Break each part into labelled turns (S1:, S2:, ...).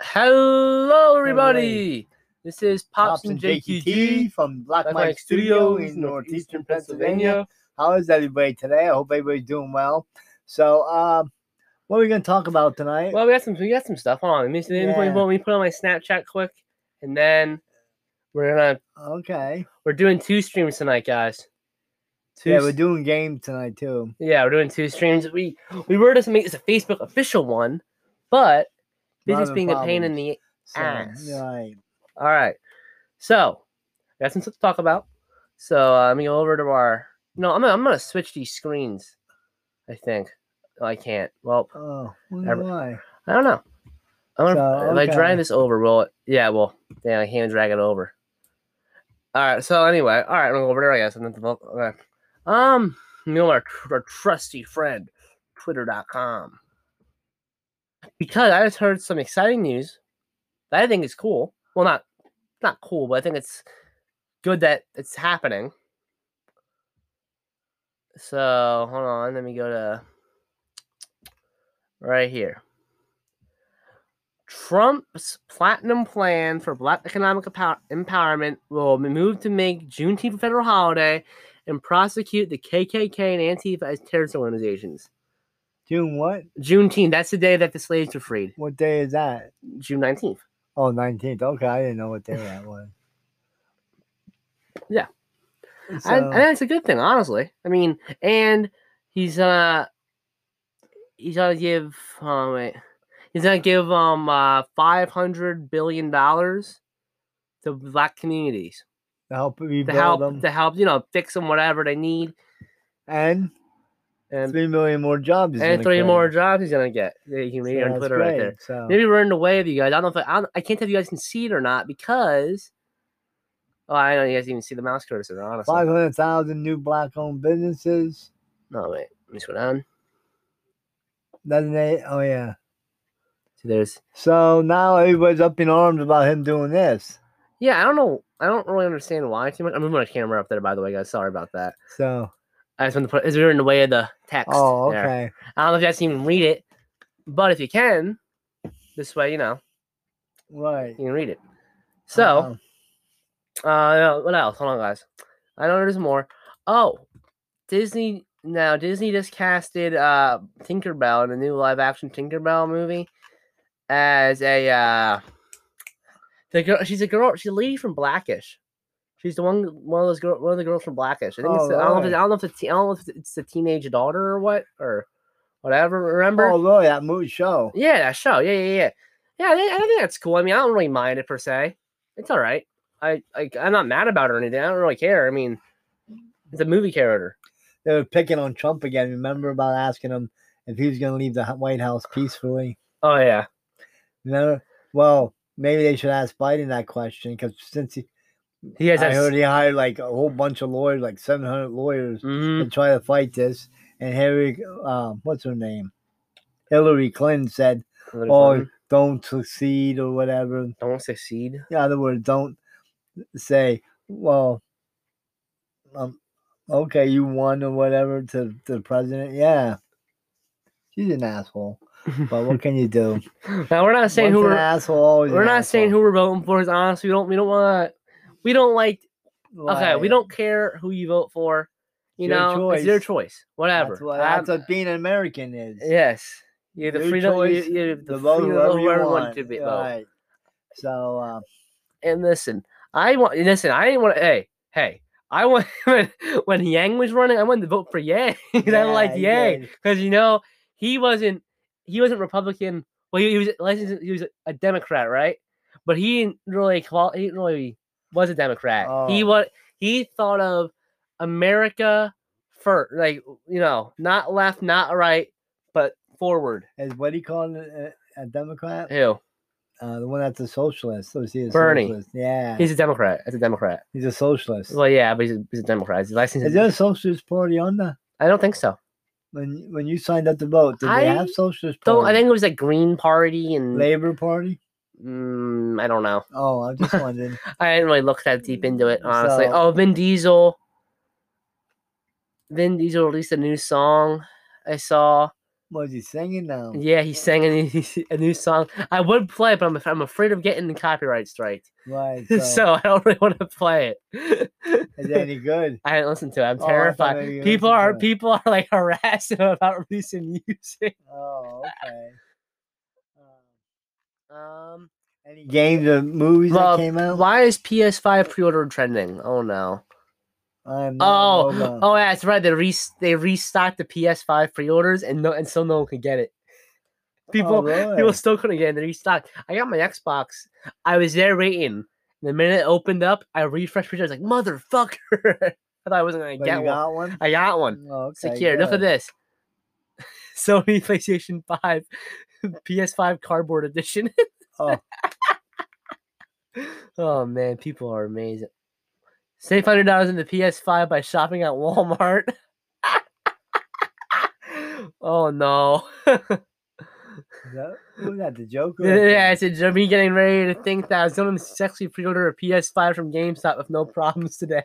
S1: Hello, everybody. This is Pops, and JQT,
S2: from Black,
S1: Black
S2: Mike
S1: Mike
S2: Studio
S1: Studios,
S2: in northeastern Pennsylvania. How is everybody today? I hope everybody's doing well. So, um, what are we going to talk about tonight?
S1: Well, we got some. We got some stuff. Hold on. Let me, let me, let me-
S2: Yeah.
S1: let me put on my Snapchat quick, and then we're gonna
S2: okay.
S1: we're doing two streams tonight, guys. Two.
S2: Yeah,
S1: s-
S2: we're doing game tonight too.
S1: yeah, we're doing two streams. We we were just make this a Facebook official one, but business
S2: Lot of
S1: being a pain in
S2: problems.
S1: the.
S2: So,
S1: ass.
S2: Right.
S1: All right. So we got some stuff to talk about. So uh, let me go over to our. No, I'm gonna, I'm gonna switch these screens. I think. Oh, I can't. Well,
S2: Oh,
S1: Every-
S2: why?
S1: I don't know. I'm gonna,
S2: So,
S1: If I drag
S2: okay.
S1: this over, will it? Yeah, well, damn, I can't drag it over. All right. So anyway, all right, I'm gonna go over there, I guess. And then, okay. Um, you know our, tr- our trusty friend, Twitter.com, because I just heard some exciting news that I think is cool. Well, not not cool, but I think it's good that it's happening. So hold on, let me go to right here. Trump's platinum plan for black economic empower- empowerment will move to make Juneteenth a federal holiday and prosecute the KKK and Antifa as terrorist organizations.
S2: June what?
S1: Juneteenth, that's the day that the slaves were freed.
S2: What day is that?
S1: June 19th.
S2: Oh, 19th. Okay, I didn't know what day that was.
S1: Yeah.
S2: So,
S1: I, I think that's a good thing, honestly. I mean, and he's uh he's gonna give um wait, he's gonna give um uh five hundred billion dollars to black communities
S2: to help
S1: to
S2: rebuild
S1: help
S2: them.
S1: to help you know fix them whatever they need
S2: and
S1: and
S2: 3 million more jobs. is
S1: and
S2: gonna
S1: three
S2: create.
S1: more jobs he's gonna get. Yeah, you can
S2: So
S1: read it on
S2: that's
S1: Twitter right
S2: great.
S1: there.
S2: So,
S1: Maybe we're in the way of you guys. I don't know if I, I, don't- I can't tell if you guys can see it or not because oh I don't know you guys even see the mouse cursor honestly.
S2: Five hundred thousand new black-owned businesses.
S1: No wait, let me scroll down.
S2: Doesn't it? Oh yeah.
S1: So there's
S2: So now everybody's up in arms about him doing this.
S1: Yeah, I don't know. I don't really understand why too much. I'm moving my camera up there, by the way, guys. Sorry about that.
S2: So
S1: I just want to put is there in the way of the text?
S2: oh
S1: there.
S2: okay.
S1: I don't know if you guys can even read it, but if you can, this way, you know,
S2: Right.
S1: you can read it.
S2: Uh-huh.
S1: So, uh, what else? Hold on, guys. I know there's more. Oh, Disney. Now Disney just casted uh Tinkerbell in the new live action Tinkerbell movie as a uh the girl she's a girl she's a lady from Blackish. She's the one one of those girl one of the girls from Blackish. I think it's the, I don't know if it's, I don't know if it's I don't know if it's the teenage daughter or what or whatever. Remember?
S2: oh really? That movie show.
S1: Yeah, that show. Yeah, yeah, yeah. Yeah, I think, I think that's cool. I mean, I don't really mind it per se. It's all right. I, I I'm not mad about it or anything. I don't really care. I mean, it's a movie character.
S2: They were picking on Trump again. Remember about asking him if he was going to leave the H- White House peacefully.
S1: Oh yeah.
S2: Remember? Well, maybe they should ask Biden that question because since he,
S1: He has
S2: I
S1: that.
S2: heard he hired like a whole bunch of lawyers, like seven hundred lawyers.
S1: hmm
S2: and try to fight this. And Hillary, uh, what's her name? Hillary Clinton said, "Oh, don't succeed or whatever."
S1: don't succeed.
S2: In other words, don't say, "Well, um, okay, you won or whatever" to to the president. Yeah, she's an asshole. But what can you do?
S1: Now we're not saying
S2: Once
S1: who
S2: an
S1: we're,
S2: asshole. Always
S1: we're not saying who we're voting for. Is honest. We don't. We don't want. to. We don't like.
S2: who.
S1: Okay. We don't care who you vote for. You
S2: Your
S1: know, it's your
S2: choice.
S1: choice. Whatever.
S2: That's what,
S1: I'm-
S2: that's what being an American is.
S1: yes. You have the
S2: Your
S1: freedom. You,
S2: choice
S1: you have the
S2: to vote
S1: freedom of
S2: whoever you
S1: whoever you want
S2: want.
S1: to be. vote.
S2: Right. So. Uh,
S1: and listen, I want listen, I didn't want to hey, hey, I want when, when Yang was running, I wanted to vote for Yang. 'cause I liked
S2: he
S1: Yang.
S2: did.
S1: Because you know, he wasn't he wasn't Republican. Well he, he was licensed he was a Democrat, right? But he didn't really qual he didn't really was a Democrat. He
S2: Oh.
S1: was he thought of America first, like you know, not left, not right, but forward.
S2: is what he called a, uh, a Democrat?
S1: Ew.
S2: Uh, the one that's a socialist. So is he a
S1: Bernie.
S2: socialist? Yeah, he's,
S1: He's a Democrat. That's a Democrat.
S2: a socialist.
S1: Well, yeah, but he's a, he's a Democrat. He's licensed.
S2: Is there a socialist party on the
S1: I don't think so.
S2: when when you signed up to vote? Did they have
S1: I
S2: socialist party?
S1: So I think it was like Green Party and
S2: Labor Party.
S1: mm, I don't know.
S2: Oh, I'm just wondering.
S1: I didn't really look that deep into it, honestly.
S2: Mm, So-
S1: oh, Vin Diesel. Vin Diesel released a new song. I saw
S2: Was he singing now?
S1: Yeah, he sang a new, a new song. I would play it, but I'm, I'm afraid of getting the copyright strike.
S2: Right.
S1: So, I don't really want to play it.
S2: is that any good?
S1: I didn't listen to it. I'm
S2: Oh, I thought
S1: terrified.
S2: maybe you
S1: people
S2: listened to
S1: are
S2: it.
S1: people are like harassing him about releasing music.
S2: Oh, okay. Uh,
S1: Um,
S2: any games or movies
S1: well,
S2: that came out?
S1: why is PS5 pre-order trending? Oh no.
S2: I'm not
S1: Oh,
S2: a robot.
S1: oh, yeah, that's right. They re they restocked the PS5 pre-orders, and no, and still no one could get it. People,
S2: Oh, really?
S1: people still couldn't get it. They restocked. I got my Xbox. I was there waiting. The minute it opened up, I refreshed. I was like, "Motherfucker!" I thought I wasn't gonna
S2: But
S1: get
S2: you
S1: one.
S2: got one.
S1: I got one.
S2: Oh, okay,
S1: Secure. Look at
S2: good.
S1: this. Sony PlayStation 5 PS5 cardboard edition.
S2: Oh.
S1: oh man, people are amazing. Save hundred dollars in the PS5 by shopping at Walmart. oh no.
S2: Is that, who's that? The Joker?
S1: yeah, it's a me getting ready to think that I was gonna sexually pre-order a PS5 from GameStop with no problems today.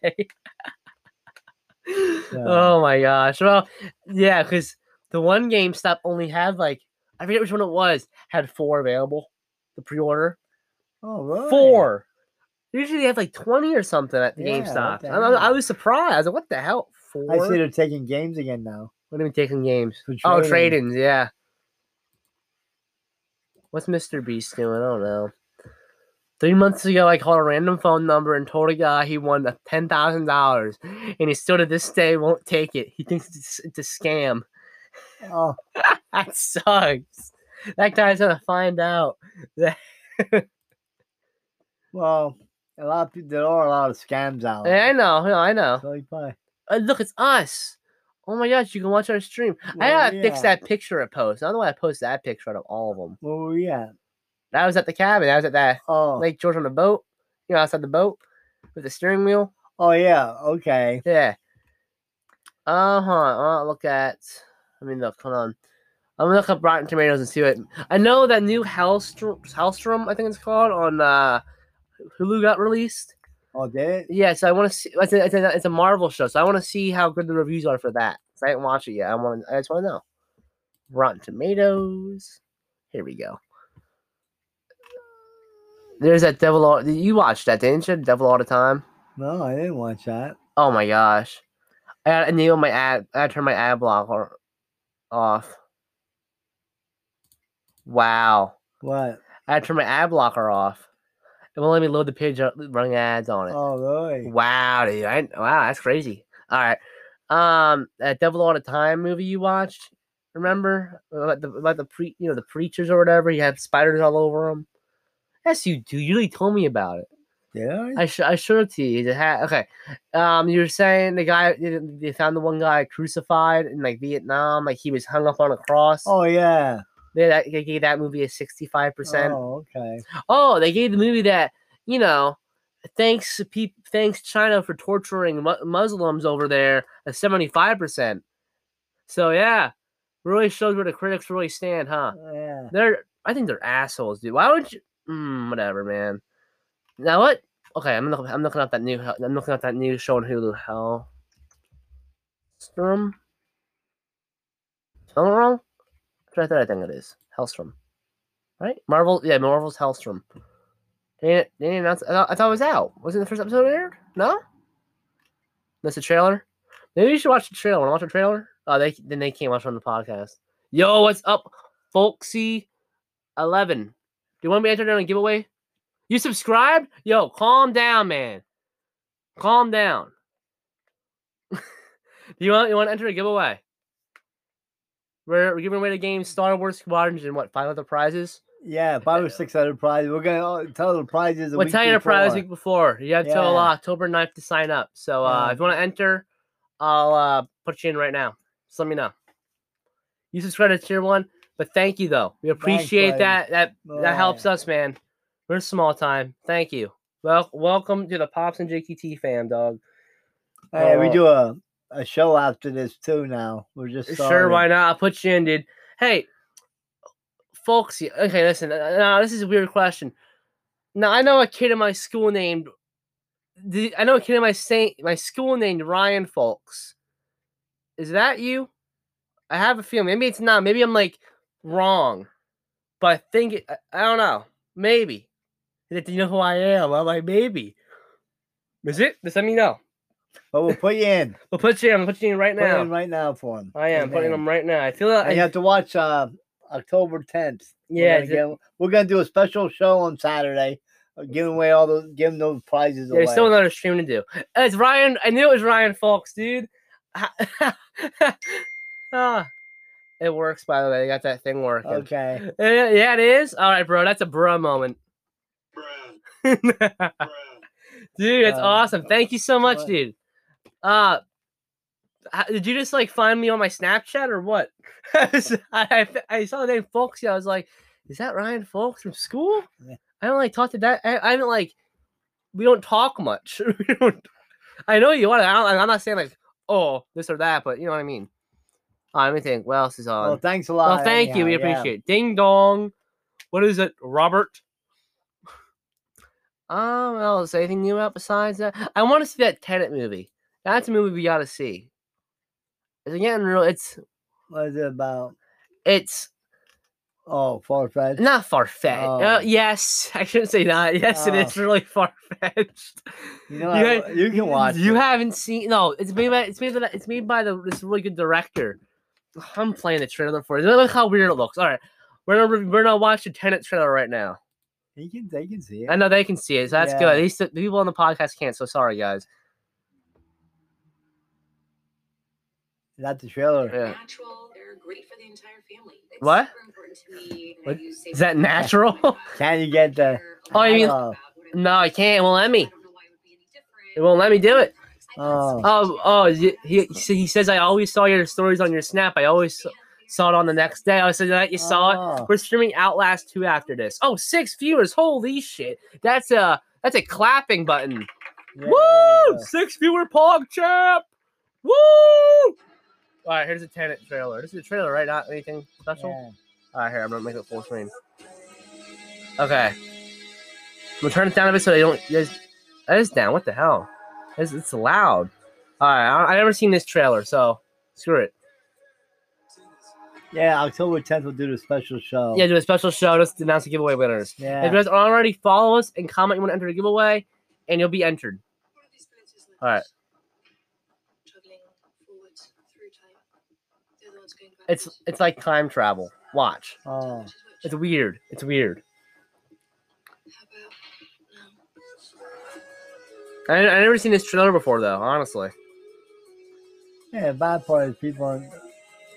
S1: Oh my gosh. Well, yeah, because the one GameStop only had like I forget which one it was had four available. The pre-order
S2: Oh, really?
S1: four. Usually they have like twenty or something at the
S2: Yeah, what
S1: GameStop.
S2: the
S1: I, I- I
S2: hell?
S1: was surprised. I was like, what the hell? Four.
S2: I see they're taking games again now.
S1: what are we taking games?
S2: For
S1: Oh,
S2: trade-in.
S1: trade-ins. Yeah. What's Mr. Beast doing? I don't know. Three months ago, I called a random phone number and told a guy he won a ten thousand dollars, and he still to this day won't take it. He thinks it's, it's a scam.
S2: Oh,
S1: That sucks. That guy's gonna find out.
S2: well, a lot of people, there are a lot of scams out.
S1: Yeah, I know, no, I know.
S2: So you probably,
S1: Uh, look, it's us. Oh my gosh, you can watch our stream. I
S2: Well,
S1: gotta fix
S2: yeah.
S1: that picture I post. I don't know why I posted that picture out of all of them.
S2: where were we at?
S1: That was at the cabin. That was at that
S2: Oh,
S1: Lake George on the boat. You know, outside the boat with the steering wheel.
S2: oh yeah. Okay.
S1: Yeah. Uh huh. Uh, look at. I mean, look. Hold on. I'm gonna look up Rotten Tomatoes and see what. I know that new Hellstrom, Hellstrom I think it's called on uh, Hulu got released.
S2: Oh, did it?
S1: Yeah, so I want to see. It's a, it's, a, it's a Marvel show, so I want to see how good the reviews are for that. 'cause I didn't watch it yet. I want. I just want to know. Rotten Tomatoes. Here we go. There's that Devil. All, you watched that, didn't you? Devil all the time.
S2: No, I didn't watch that.
S1: Oh my gosh. I gotta enable my ad. I gotta turn my ad block or, off. Wow.
S2: What?
S1: I gotta turn my ad blocker off. It won't let me load the page up- running ads on it.
S2: Oh, really?
S1: Wow, dude! I, wow, that's crazy. All right, um, that Devil All the Time movie you watched, remember about the about the pre you know the preachers or whatever? You had spiders all over them. Yes, you do. You really told me about it.
S2: Did I?
S1: I sh- I showed it to you. It had- okay, um, you were saying the guy they- they found the one guy crucified in like Vietnam, like he was hung up on a cross.
S2: Oh, yeah.
S1: They, that, they gave that movie a sixty five percent.
S2: Oh, okay.
S1: Oh, they gave the movie that you know. Thanks, to peop thanks China for torturing mu- Muslims over there. A seventy-five percent. So yeah, really shows where the critics really stand, huh?
S2: Yeah.
S1: They're, I think they're assholes, dude. Why would you? Mm, whatever, man. Now what? Okay, I'm looking. I'm looking up that new. I'm looking up that new show on Hulu. Hell, Storm. Am I wrong? That's what I thought I think it is. Hellstrom. Right? Marvel. Yeah, Marvel's Hellstrom. They didn't, they didn't announce. I thought, I thought it was out. Wasn't the first episode aired? No. That's a trailer. Maybe you should watch the trailer. Want to watch the trailer? Oh, they then they can't watch it on the podcast. Yo, what's up, Folksy? Eleven. Do you want me to enter down a giveaway? You subscribed? Yo, calm down, man. Calm down. Do you want you want to enter a giveaway? We're, we're giving away the game Star Wars Squadrons and what five other prizes?
S2: Yeah, five or six other prizes. We're gonna oh, tell the prizes. the
S1: We'll
S2: week
S1: tell you the prize
S2: before.
S1: week before. You have till uh,
S2: Yeah.
S1: October 9th to sign up. So uh,
S2: Yeah.
S1: if you want to enter, I'll uh, put you in right now. Just let me know. You subscribe to Tier One, but thank you though. We appreciate
S2: buddy.
S1: that. That that
S2: Yeah.
S1: helps us, man. We're small time. Thank you. Well, welcome to the Pops and JQT fam, dog.
S2: Hey, we
S1: Uh,
S2: do a, a show after this too. Now we're just
S1: Sure,
S2: starting.
S1: why not? I'll put you in, dude. Hey, folks. y- Okay, listen. uh, Now this is a weird question. Now I know a kid in my school named. the- I know a kid in my saint my school named Ryan Folks. Is that you? I have a feeling. Maybe it's not. Maybe I'm like wrong, but I think it, I, I don't know. Maybe. Do you know who I am? I'm like maybe. Is it? Just let me know.
S2: But we'll put you in.
S1: We'll put you in. I'll put you in right
S2: Put you in
S1: now.
S2: right now for him.
S1: I am putting them right now. I feel
S2: And
S1: like
S2: you
S1: I,
S2: have to watch uh, October 10th. We're
S1: yeah.
S2: gonna
S1: is it-
S2: get- we're gonna do a special show on Saturday, uh, giving away all those, giving those prizes away.
S1: There's still another stream to do. It's Ryan. I knew it was Ryan Fox, dude. ah, it works, by the way. I got that thing working.
S2: okay.
S1: Eh, Yeah, it is. All right, bro. That's a bro moment. dude, that's
S2: Um,
S1: awesome. Thank you so much,
S2: what?
S1: dude. Uh, h- did you just like find me on my Snapchat or what? I, I, I saw the name Foxy. I was like, is that Ryan Fox from school?
S2: Yeah.
S1: I don't like talk to that. I, I haven't like, we don't talk much. we don't, I know you are. I don't, I'm not saying like, oh, this or that, but you know what I mean. Uh, let me think. What else is on?
S2: Well, thanks a lot.
S1: well, thank you. We
S2: anyhow, yeah.
S1: appreciate it. Ding dong. What is it, Robert? Um, well, is there anything new out besides that? I want to see that Tenet movie. That's a movie we gotta see. It's getting real. It's
S2: What is it about?
S1: it's
S2: Oh, far fetched.
S1: not far fetched.
S2: Oh.
S1: yes, I shouldn't say that. Yes, it is really far fetched.
S2: You know, I- you can watch.
S1: You
S2: it.
S1: haven't seen? No, it's made by it's made by it's made by the, this really good director. I'm playing the trailer for it. Look how weird it looks. All right, we're gonna re- we're gonna watch the Tenet trailer right now.
S2: He can. They can see it.
S1: I know they can see it, so that's good.
S2: Yeah.
S1: At least the people on the podcast can't. So sorry, guys.
S2: Not the trailer.
S1: Yeah.
S3: natural. They're great for the entire family. It's
S1: What?
S3: super important to me that
S1: What?
S3: you say
S1: Is that
S3: something
S1: natural?
S3: about
S2: Can you get the?
S3: what
S1: Oh, you mean-
S3: about what I'm
S1: No, I can't. It won't let
S3: doing.
S1: me.
S3: I don't know why it would be any different.
S1: It won't let me do it.
S2: Oh.
S1: Oh, oh, y- he he he says I always saw your stories on your snap. I always s- saw it on the next day. I said that you saw it.
S2: Oh,
S1: We're streaming Outlast two after this. Oh, six viewers! Holy shit! That's a that's a clapping button.
S2: yeah.
S1: Woo! Six viewer pog champ. Woo! All right, here's a tenant trailer. This is a trailer, right? Not anything special.
S2: Yeah.
S1: All right, here I'm gonna make it full screen. Okay, I'm gonna turn it down a bit so they don't. Guys, that is down. What the hell? It's, it's loud. All right, I, I never seen this trailer, so screw it.
S2: Yeah, October 10th we'll do the special show.
S1: Yeah, do a special show just to announce the giveaway winners.
S2: Oh. Yeah.
S1: If you guys aren't already, follow us and comment you want to enter the giveaway, and you'll be entered. All right.
S3: Traveling forwards through time. They're the ones going
S1: It's
S3: backwards.
S1: it's like time travel. Watch.
S2: Oh,
S3: um,
S1: It's weird. It's weird.
S3: How about now?
S1: I I never seen this trailer before though. Honestly,
S2: yeah. The bad part is people.
S1: I know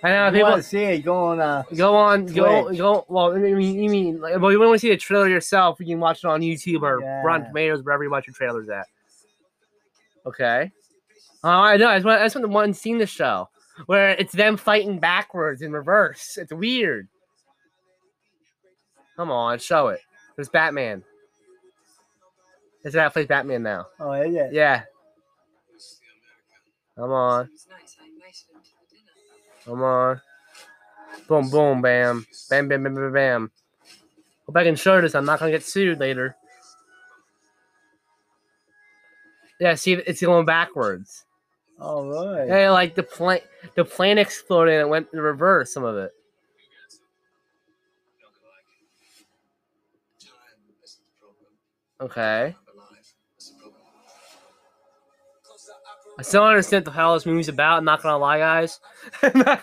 S2: Yeah,
S1: people.
S2: want to see it going. Uh,
S1: Go on, go,
S2: Twitch.
S1: go. Well, I mean, you mean, like, well, you want to see the trailer yourself? You can watch it on YouTube or Rotten
S2: Yeah.
S1: Tomatoes, wherever you watch your trailers at. Okay. Oh, I know. I just want, I just want the one scene in the show where it's them fighting backwards in reverse. It's weird. Come on, show it. There's Batman. It's that plays Batman now.
S2: oh, is it?
S1: Yeah. Come on,
S3: It's nice. I invited him to the dinner.
S1: come on. Boom, boom, bam, bam, bam, bam, bam, bam. Hope I can show this. I'm not gonna get sued later. Yeah, see, it's going backwards.
S2: All right.
S1: Yeah, like the plane, the plane exploded and it went in reverse. Some of it. Okay. I still don't understand what the hell this movie's about. I'm not gonna lie, guys. I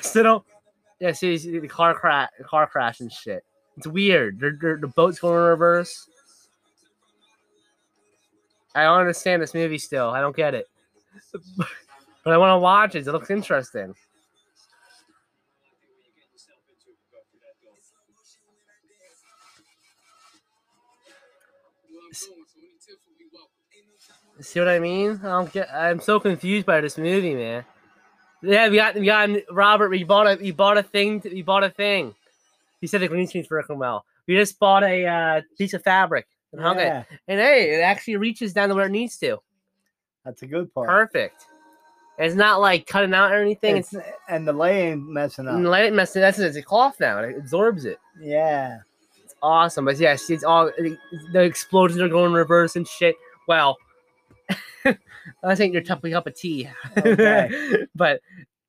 S1: still don't. Yeah, see, see the car crash, car crash and shit. It's weird. They're, they're- the boat's going in reverse. I don't understand this movie still. I don't get it. but I want to watch it. It looks interesting. See what I mean? I don't get. I'm so confused by this movie, man. Yeah, we got we got Robert. We bought a we bought a thing. We bought a thing. He said the green screen's working well. We just bought a uh, piece of fabric and hung it.
S2: Yeah,
S1: And hey, it actually reaches down to where it needs to.
S2: that's a good part.
S1: Perfect. And it's not like cutting out or anything. It's,
S2: It's, and the lay ain't messing up.
S1: and let it mess. That's it's a cloth now. and It absorbs it.
S2: yeah.
S1: It's awesome. But yeah, see, it's all the the explosions are going in reverse and shit. Well, I think you're topping up a tea.
S2: Okay.
S1: but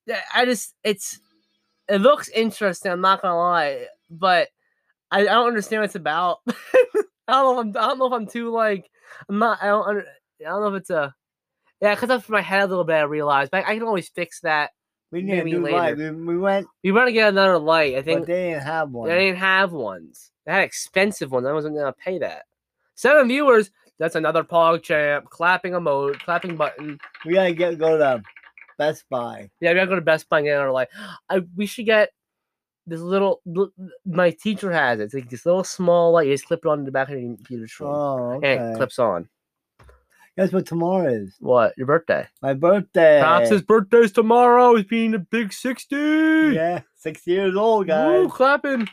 S1: yeah, uh, I just it's it looks interesting. I'm not gonna lie, but I, I don't understand what it's about. I don't know. If I'm, I don't know if I'm too like. I'm not. I don't. Under, I don't know if it's a. Yeah, because off my head a little bit, I realized, but I can always fix that.
S2: We need a
S1: Maybe
S2: new light. We, we went,
S1: We want to get another light. I
S2: but
S1: think
S2: they didn't have one.
S1: they didn't have ones. They had expensive ones. I wasn't gonna pay that. Seven viewers. That's another pog champ. Clapping emote. Clapping button.
S2: we gotta get go to Best Buy.
S1: Yeah, we gotta go to Best Buy and get another light. I we should get this little. l- My teacher has it. It's like this little small light. You just clip it on the back of your computer screen,
S2: Oh, okay.
S1: and it clips on.
S2: Guess what tomorrow is?
S1: What your birthday?
S2: My birthday.
S1: Pops' his birthday's tomorrow. He's being a big sixty.
S2: Yeah, six years old, guys.
S1: Woo, clapping.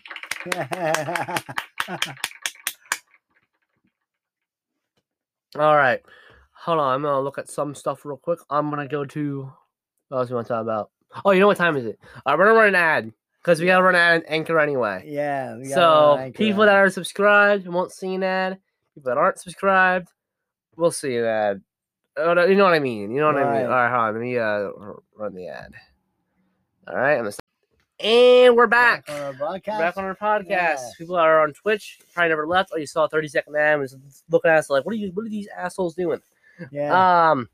S1: All right, hold on. I'm gonna look at some stuff real quick. I'm gonna go to. What else we want to talk about? Oh, you know what time is it? Uh, we're gonna run an ad because we gotta run an ad in Anchor anyway.
S2: yeah. we gotta uh,
S1: So
S2: rank it
S1: people that
S2: up.
S1: are subscribed won't see an ad. People that aren't subscribed will see an ad. Oh, no, You know what I mean? You know what I mean? All
S2: Right.
S1: right, hold on. Let me uh, r- run the ad. All right, I'm gonna. s- And we're back.
S2: on our
S1: We're
S2: broadcast.
S1: Back on our podcast.
S2: Yes.
S1: People that are on Twitch. Probably never left. Oh, you saw a 30 second ad. Was looking at us like, what are you? What are these assholes doing?
S2: yeah.
S1: Um.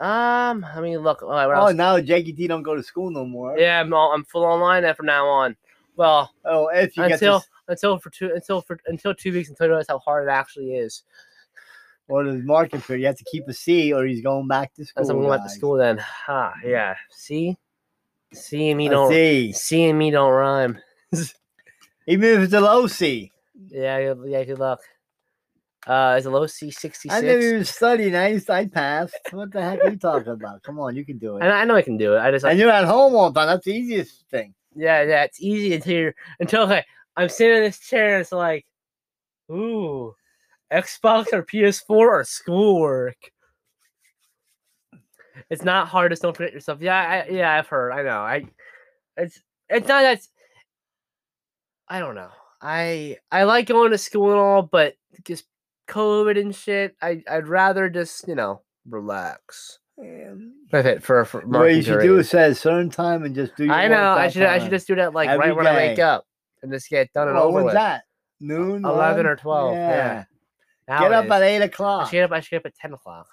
S1: Um. I mean, look. All right, what
S2: oh,
S1: else?
S2: now Jackie D don't go to school no more.
S1: Yeah, I'm, all, I'm full online now from now on. Well,
S2: Oh, if you get
S1: until
S2: this,
S1: until for two until for until two weeks until you realize how hard it actually is.
S2: or the marking period, you have to keep a C, or he's going back to school.
S1: As I'm going back to
S2: guys.
S1: school then. Ha, yeah. See? See and me
S2: A
S1: don't
S2: C,
S1: see and me don't rhyme.
S2: even if it's a low C.
S1: Yeah, yeah, yeah, good luck. Uh is a low C sixty
S2: I never
S1: six.
S2: even studied. I used, I passed. What the heck are you talking about? Come on, you can do it.
S1: And I know I can do it. I just
S2: And you're at home all the time. That's the easiest thing.
S1: yeah, yeah, it's easy until you're until okay, I'm sitting in this chair and it's like, ooh, Xbox or PS4 or schoolwork. It's not hard, just don't forget yourself. Yeah, I, yeah, I've heard. I know. I it's it's not that I don't know. I I like going to school and all, but just COVID and shit, I I'd rather just, you know, relax.
S2: Um,
S1: With it for, for
S2: What you
S1: marking
S2: should do
S1: duration.
S2: is set a certain time and just do. Your
S1: I
S2: work
S1: know. I
S2: that
S1: should. I
S2: time.
S1: should just do that like
S2: Every
S1: right when I wake
S2: day.
S1: up and just get done and
S2: Well,
S1: over
S2: when's
S1: with.
S2: that? Noon,
S1: 11
S2: one?
S1: or 12, yeah. Now
S2: Get
S1: it
S2: up
S1: is.
S2: at eight
S1: I
S2: o'clock
S1: should get up. I should get up at ten o'clock,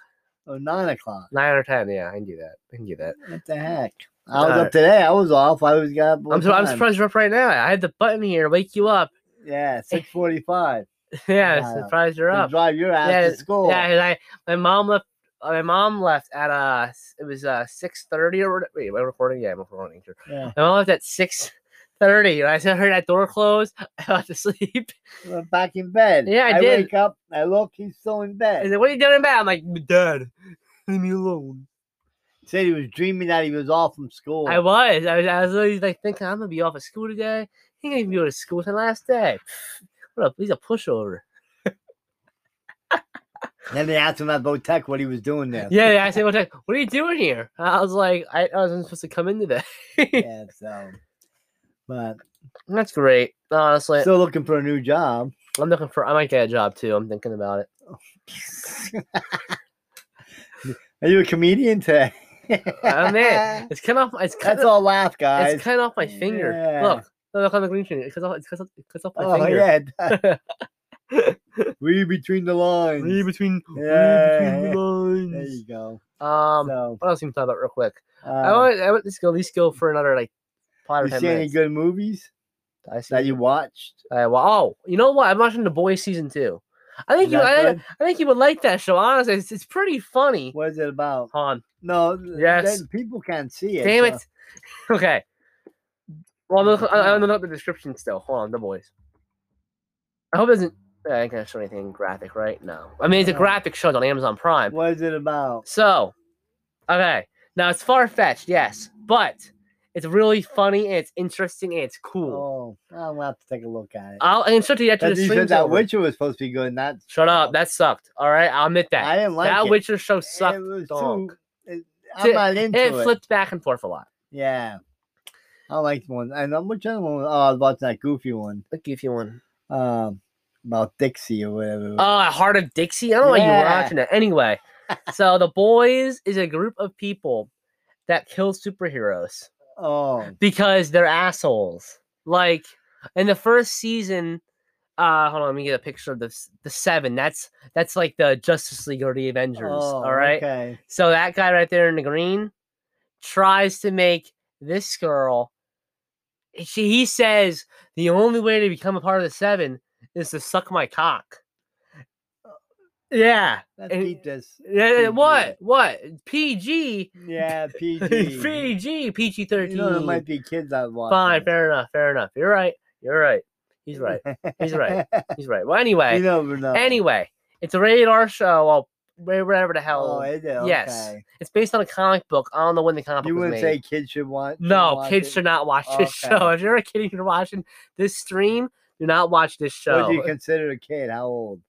S2: or nine o'clock.
S1: nine or ten. Yeah, I can do that. I can do that.
S2: What the heck? I was
S1: Alright.
S2: up today. I was off. I was got.
S1: Mm. I'm, su- I'm surprised you're up right now. I had the button here to wake you up.
S2: Yeah, six forty-five.
S1: yeah, I'm
S2: Wow.
S1: surprised you're up.
S2: Drive your ass
S1: Yeah,
S2: to school.
S1: Yeah, and I my mom left. uh, My mom left at uh, s- it was uh six thirty or what- wait, am I recording? Yeah, I'm recording. Sure.
S2: Yeah.
S1: My mom left at six thirty, and I saw her that door closed. I went to sleep.
S2: We're back in bed.
S1: Yeah, I
S2: I
S1: did.
S2: wake up. I look. He's still
S1: I
S2: in bed.
S1: said, "What are you doing in bed?" I'm like, "Dad, leave me alone."
S2: Said he was dreaming that he was off from school.
S1: I was. I was. I was literally like thinking, I'm gonna be off of school today. He ain't gonna be to school till the last day. What a, he's a pushover.
S2: Then they asked him at Botech what he was doing there.
S1: Yeah, yeah. I said, "What the- what are you doing here?" I was like, I, I wasn't supposed to come in today.
S2: yeah so, but
S1: That's great. Honestly,
S2: still looking for a new job.
S1: I'm looking for. I might get a job too. I'm thinking about it.
S2: Are you a comedian today?
S1: Oh, man. It's cut off. It's cut.
S2: That's all laugh, guys.
S1: it's cut off my finger.
S2: Yeah.
S1: Look, look, look on the green screen. It cuts off. It cuts off, it cuts off my
S2: oh
S1: finger.
S2: yeah, it does. read between the lines.
S1: Read between,
S2: Yeah.
S1: read between the
S2: there you
S1: lines.
S2: go.
S1: Um,
S2: so,
S1: what else can we talk about real quick? I
S2: uh,
S1: want. I want. Let's go. At least go for another like five or
S2: you
S1: ten
S2: see any
S1: minutes.
S2: good movies
S1: I see.
S2: that you watched?
S1: Uh, well, oh, you know what? I'm watching The Boys season two. I think
S2: Is
S1: you.
S2: that
S1: I,
S2: good?
S1: I think you would like that show. Honestly, it's, it's pretty funny.
S2: What is it about?
S1: Hold on.
S2: No, th-
S1: Yes.
S2: then people can't see it.
S1: Damn
S2: so-
S1: it. Okay. Well, I'm gonna, look- I- I'm gonna look up the description still. Hold on, The Boys. I hope it doesn't. Yeah, I can't show anything graphic, right? No. I mean, it's a
S2: No.
S1: graphic show it's on Amazon Prime.
S2: What is it about?
S1: So, okay. Now it's far fetched, yes, but it's really funny and it's interesting and it's cool.
S2: Oh, I'll have to take a look at it.
S1: I'll and show it to you after
S2: That-
S1: the
S2: you said
S1: stream's
S2: that
S1: over.
S2: Witcher was supposed to be good, and that
S1: Shut up. That sucked. All right, I'll admit that.
S2: I didn't like
S1: that
S2: it.
S1: Witcher show
S2: It
S1: sucked.
S2: was too-
S1: dog.
S2: it-
S1: Ti-
S2: I'm not
S1: It,
S2: into it.
S1: flipped back and forth a lot.
S2: Yeah, I liked one. And um, which other one? was- Oh, I was watching that goofy one
S1: I'll give you one.
S2: um, about Dixie or whatever. it was.
S1: Uh, Heart of Dixie. I don't know why you were
S2: Yeah.
S1: watching it. Anyway, so the boys is a group of people that kill superheroes.
S2: Oh,
S1: because they're assholes. Like in the first season, uh, hold on, let me get a picture of the s- the seven. That's that's like the Justice League or the Avengers.
S2: oh,
S1: all right.
S2: Okay.
S1: So that guy right there in the green tries to make this girl. She he says the only way to become a part of the seven is to suck my cock. Uh, Yeah.
S2: Let's
S1: And-
S2: keep this.
S1: Yeah,
S2: PG.
S1: What? What? PG.
S2: Yeah, PG.
S1: PG. PG
S2: You know, there
S1: thirteen.
S2: might be kids out watching.
S1: Fine.
S2: this.
S1: Fair enough. Fair enough. You're right. You're right. He's right. He's right. He's right. Well, anyway.
S2: you never know.
S1: Anyway, it's a rated R show. Well, wh- whatever the hell.
S2: Oh, is it?
S1: yes.
S2: Okay.
S1: It's based on a comic book. I don't know when the comic
S2: You
S1: book was
S2: wouldn't
S1: made.
S2: say kids should watch.
S1: no,
S2: watch
S1: kids
S2: it?
S1: should not watch this show.
S2: Okay.
S1: If you're a kid and you're watching this stream, do not watch this show.
S2: What do you consider a kid? How old?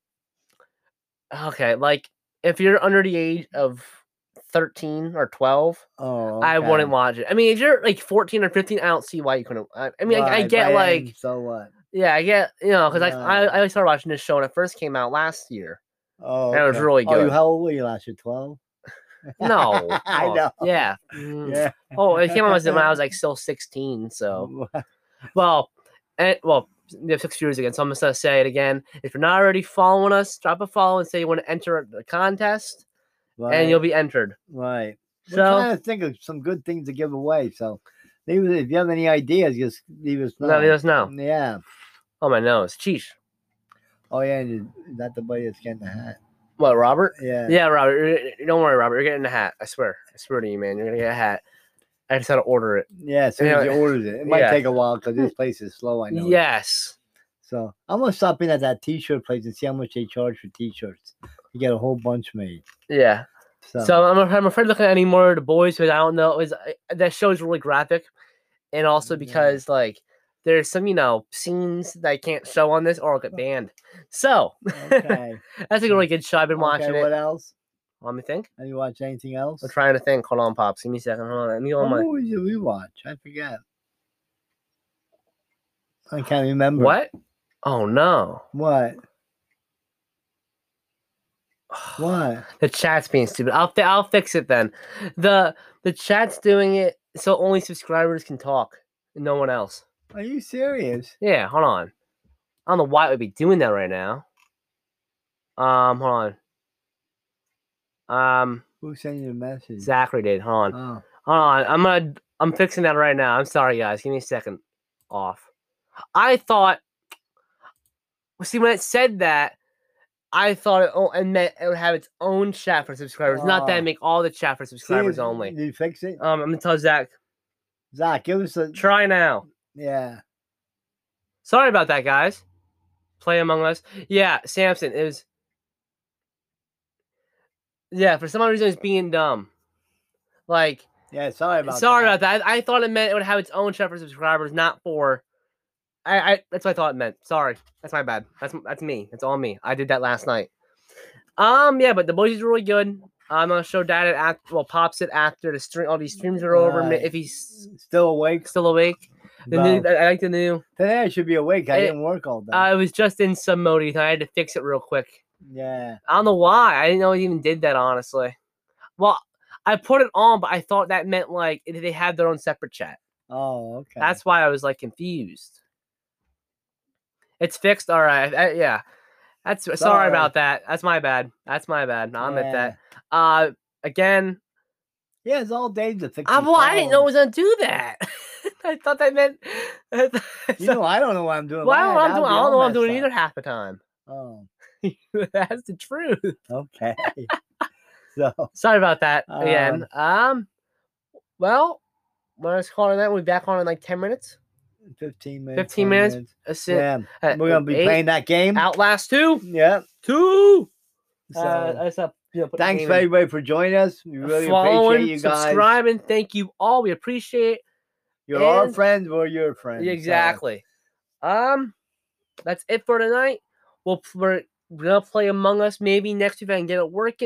S1: okay, like if you're under the age of 13 or 12,
S2: Oh,
S1: I wouldn't
S2: okay.
S1: watch it. I mean, if you're like 14 or 15, I don't see why you couldn't. I, I mean, I, I
S2: Right,
S1: get
S2: right,
S1: like,
S2: and so what?
S1: yeah, I get, you know, because I,
S2: Right.
S1: I, I started watching this show when it first came out last year.
S2: Oh,
S1: That was
S2: okay.
S1: really
S2: Oh, you-
S1: good.
S2: how old were you last year? Twelve.
S1: No.
S2: I
S1: oh,
S2: know.
S1: Yeah. Mm.
S2: Yeah.
S1: Oh, it came out when I was like still 16, so. Well, and well, we have six viewers again, so I'm just gonna say it again. If you're not already following us, drop a follow and say you want to enter the contest, and you'll be entered.
S2: right. We're
S1: So,
S2: trying to think of some good things to give away. So, leave us, if you have any ideas, just leave us know.
S1: no, let us know.
S2: Yeah.
S1: Oh my nose, cheesh.
S2: Oh yeah. And is that the buddy that's getting the hat?
S1: What, Robert?
S2: Yeah.
S1: Yeah, Robert. you're- you're- Don't worry, Robert. You're getting a hat. I swear. I swear to you, man. You're gonna get a hat. I just had to order it.
S2: Yeah. As soon as you
S1: Anyway,
S2: orders it, it might
S1: yeah.
S2: take a while because this place is slow. I know.
S1: Yes.
S2: So I'm gonna stop in at that T-shirt place and see how much they charge for T-shirts. You get a whole bunch made.
S1: Yeah.
S2: So,
S1: So I'm, I'm afraid looking at any more of the boys because I don't know. Is eh, that show is really graphic, and also
S2: Yeah.
S1: because like there's some you know scenes that I can't show on this or I'll get banned. So
S2: okay.
S1: that's a really good show. I've been watching
S2: okay,
S1: it.
S2: What else?
S1: Let me think.
S2: Have you watched anything else?
S1: I'm trying to think. Hold on, pops. Give me a second. Hold on. Let me go
S2: What
S1: on my
S2: movies did we watch? I forget. I can't remember.
S1: what? Oh no.
S2: What? What?
S1: The chat's being stupid. I'll fi- I'll fix it then. The the chat's doing it so only subscribers can talk and no one else.
S2: Are you serious?
S1: Yeah, hold on. I don't know why it would be doing that right now. Um, hold on. Um,
S2: Who sent you the message?
S1: Zachary did. Hold on.
S2: Oh,
S1: Hold on. I'm gonna. I'm fixing that right now. I'm sorry, guys. Give me a second. Off. I thought. Well, See, when it said that, I thought it. Oh, and meant it would have its own chat for subscribers. Not that I
S2: Oh.
S1: make all the chat for
S2: See,
S1: subscribers
S2: did-
S1: only.
S2: Did you fix it?
S1: Um, I'm gonna tell Zach.
S2: Zach, give us a
S1: Try now.
S2: yeah.
S1: Sorry about that, guys. Play Among Us. Yeah, Samson it was. Yeah, for some odd reason, it's being dumb. Like,
S2: Yeah. Sorry about.
S1: sorry
S2: that.
S1: about that. I, I thought it meant it would have its own chat for subscribers, not for. I, I that's what I thought it meant. Sorry, that's my bad. That's m- that's me. That's all me. I did that last night. Um, yeah, but the boys is really good. I'm gonna show Dad it at well pops it after the stream. All these streams are over. ma-
S2: Right.
S1: If he's
S2: Still awake?
S1: still awake, the new,
S2: Well,
S1: I like the new. Uh,
S2: today I should be awake. I
S1: it-
S2: didn't work all day.
S1: I was just in some mode. and I had to fix it real quick.
S2: yeah.
S1: I don't know why. I didn't know it even did that, honestly. Well, I put it on, but I thought that meant like it- they had their own separate chat.
S2: Oh, okay.
S1: That's why I was like confused. It's fixed. All right. I- yeah. That's sorry.
S2: Sorry.
S1: about that. That's my bad. That's my bad. I'll admit
S2: Yeah.
S1: that. Uh, again,
S2: Yeah, it's all day to fix.
S1: I,
S2: the
S1: well, I didn't know it was
S2: phone.
S1: gonna do that. I thought that meant. I thought-
S2: You know, I don't know what I'm doing.
S1: well, I don't know what I'm doing. I
S2: mine. I'll be
S1: don't know
S2: all
S1: what I'm doing
S2: messed
S1: either half the time. That's the truth.
S2: up. Oh, okay. Oh, so
S1: Sorry about that
S2: Uh,
S1: again. Um, well, when it's calling that, we'll be back on in like 10 minutes.
S2: fifteen minutes.
S1: 15
S2: 20
S1: minutes. That's it.
S2: Yeah,
S1: Uh,
S2: we're gonna be
S1: eight,
S2: playing that game.
S1: Outlast 2.
S2: Yeah.
S1: 2.
S2: So
S1: uh, that's up, you know, put the
S2: thanks
S1: name
S2: for
S1: in.
S2: everybody for joining us. We really
S1: Following,
S2: appreciate you guys.
S1: subscribing. Thank you all. We appreciate
S2: You're our
S1: and-
S2: friends. We're your friends. so-
S1: Exactly. Um, That's it for tonight. We'll, we're going to play Among Us maybe next week if I can get it working.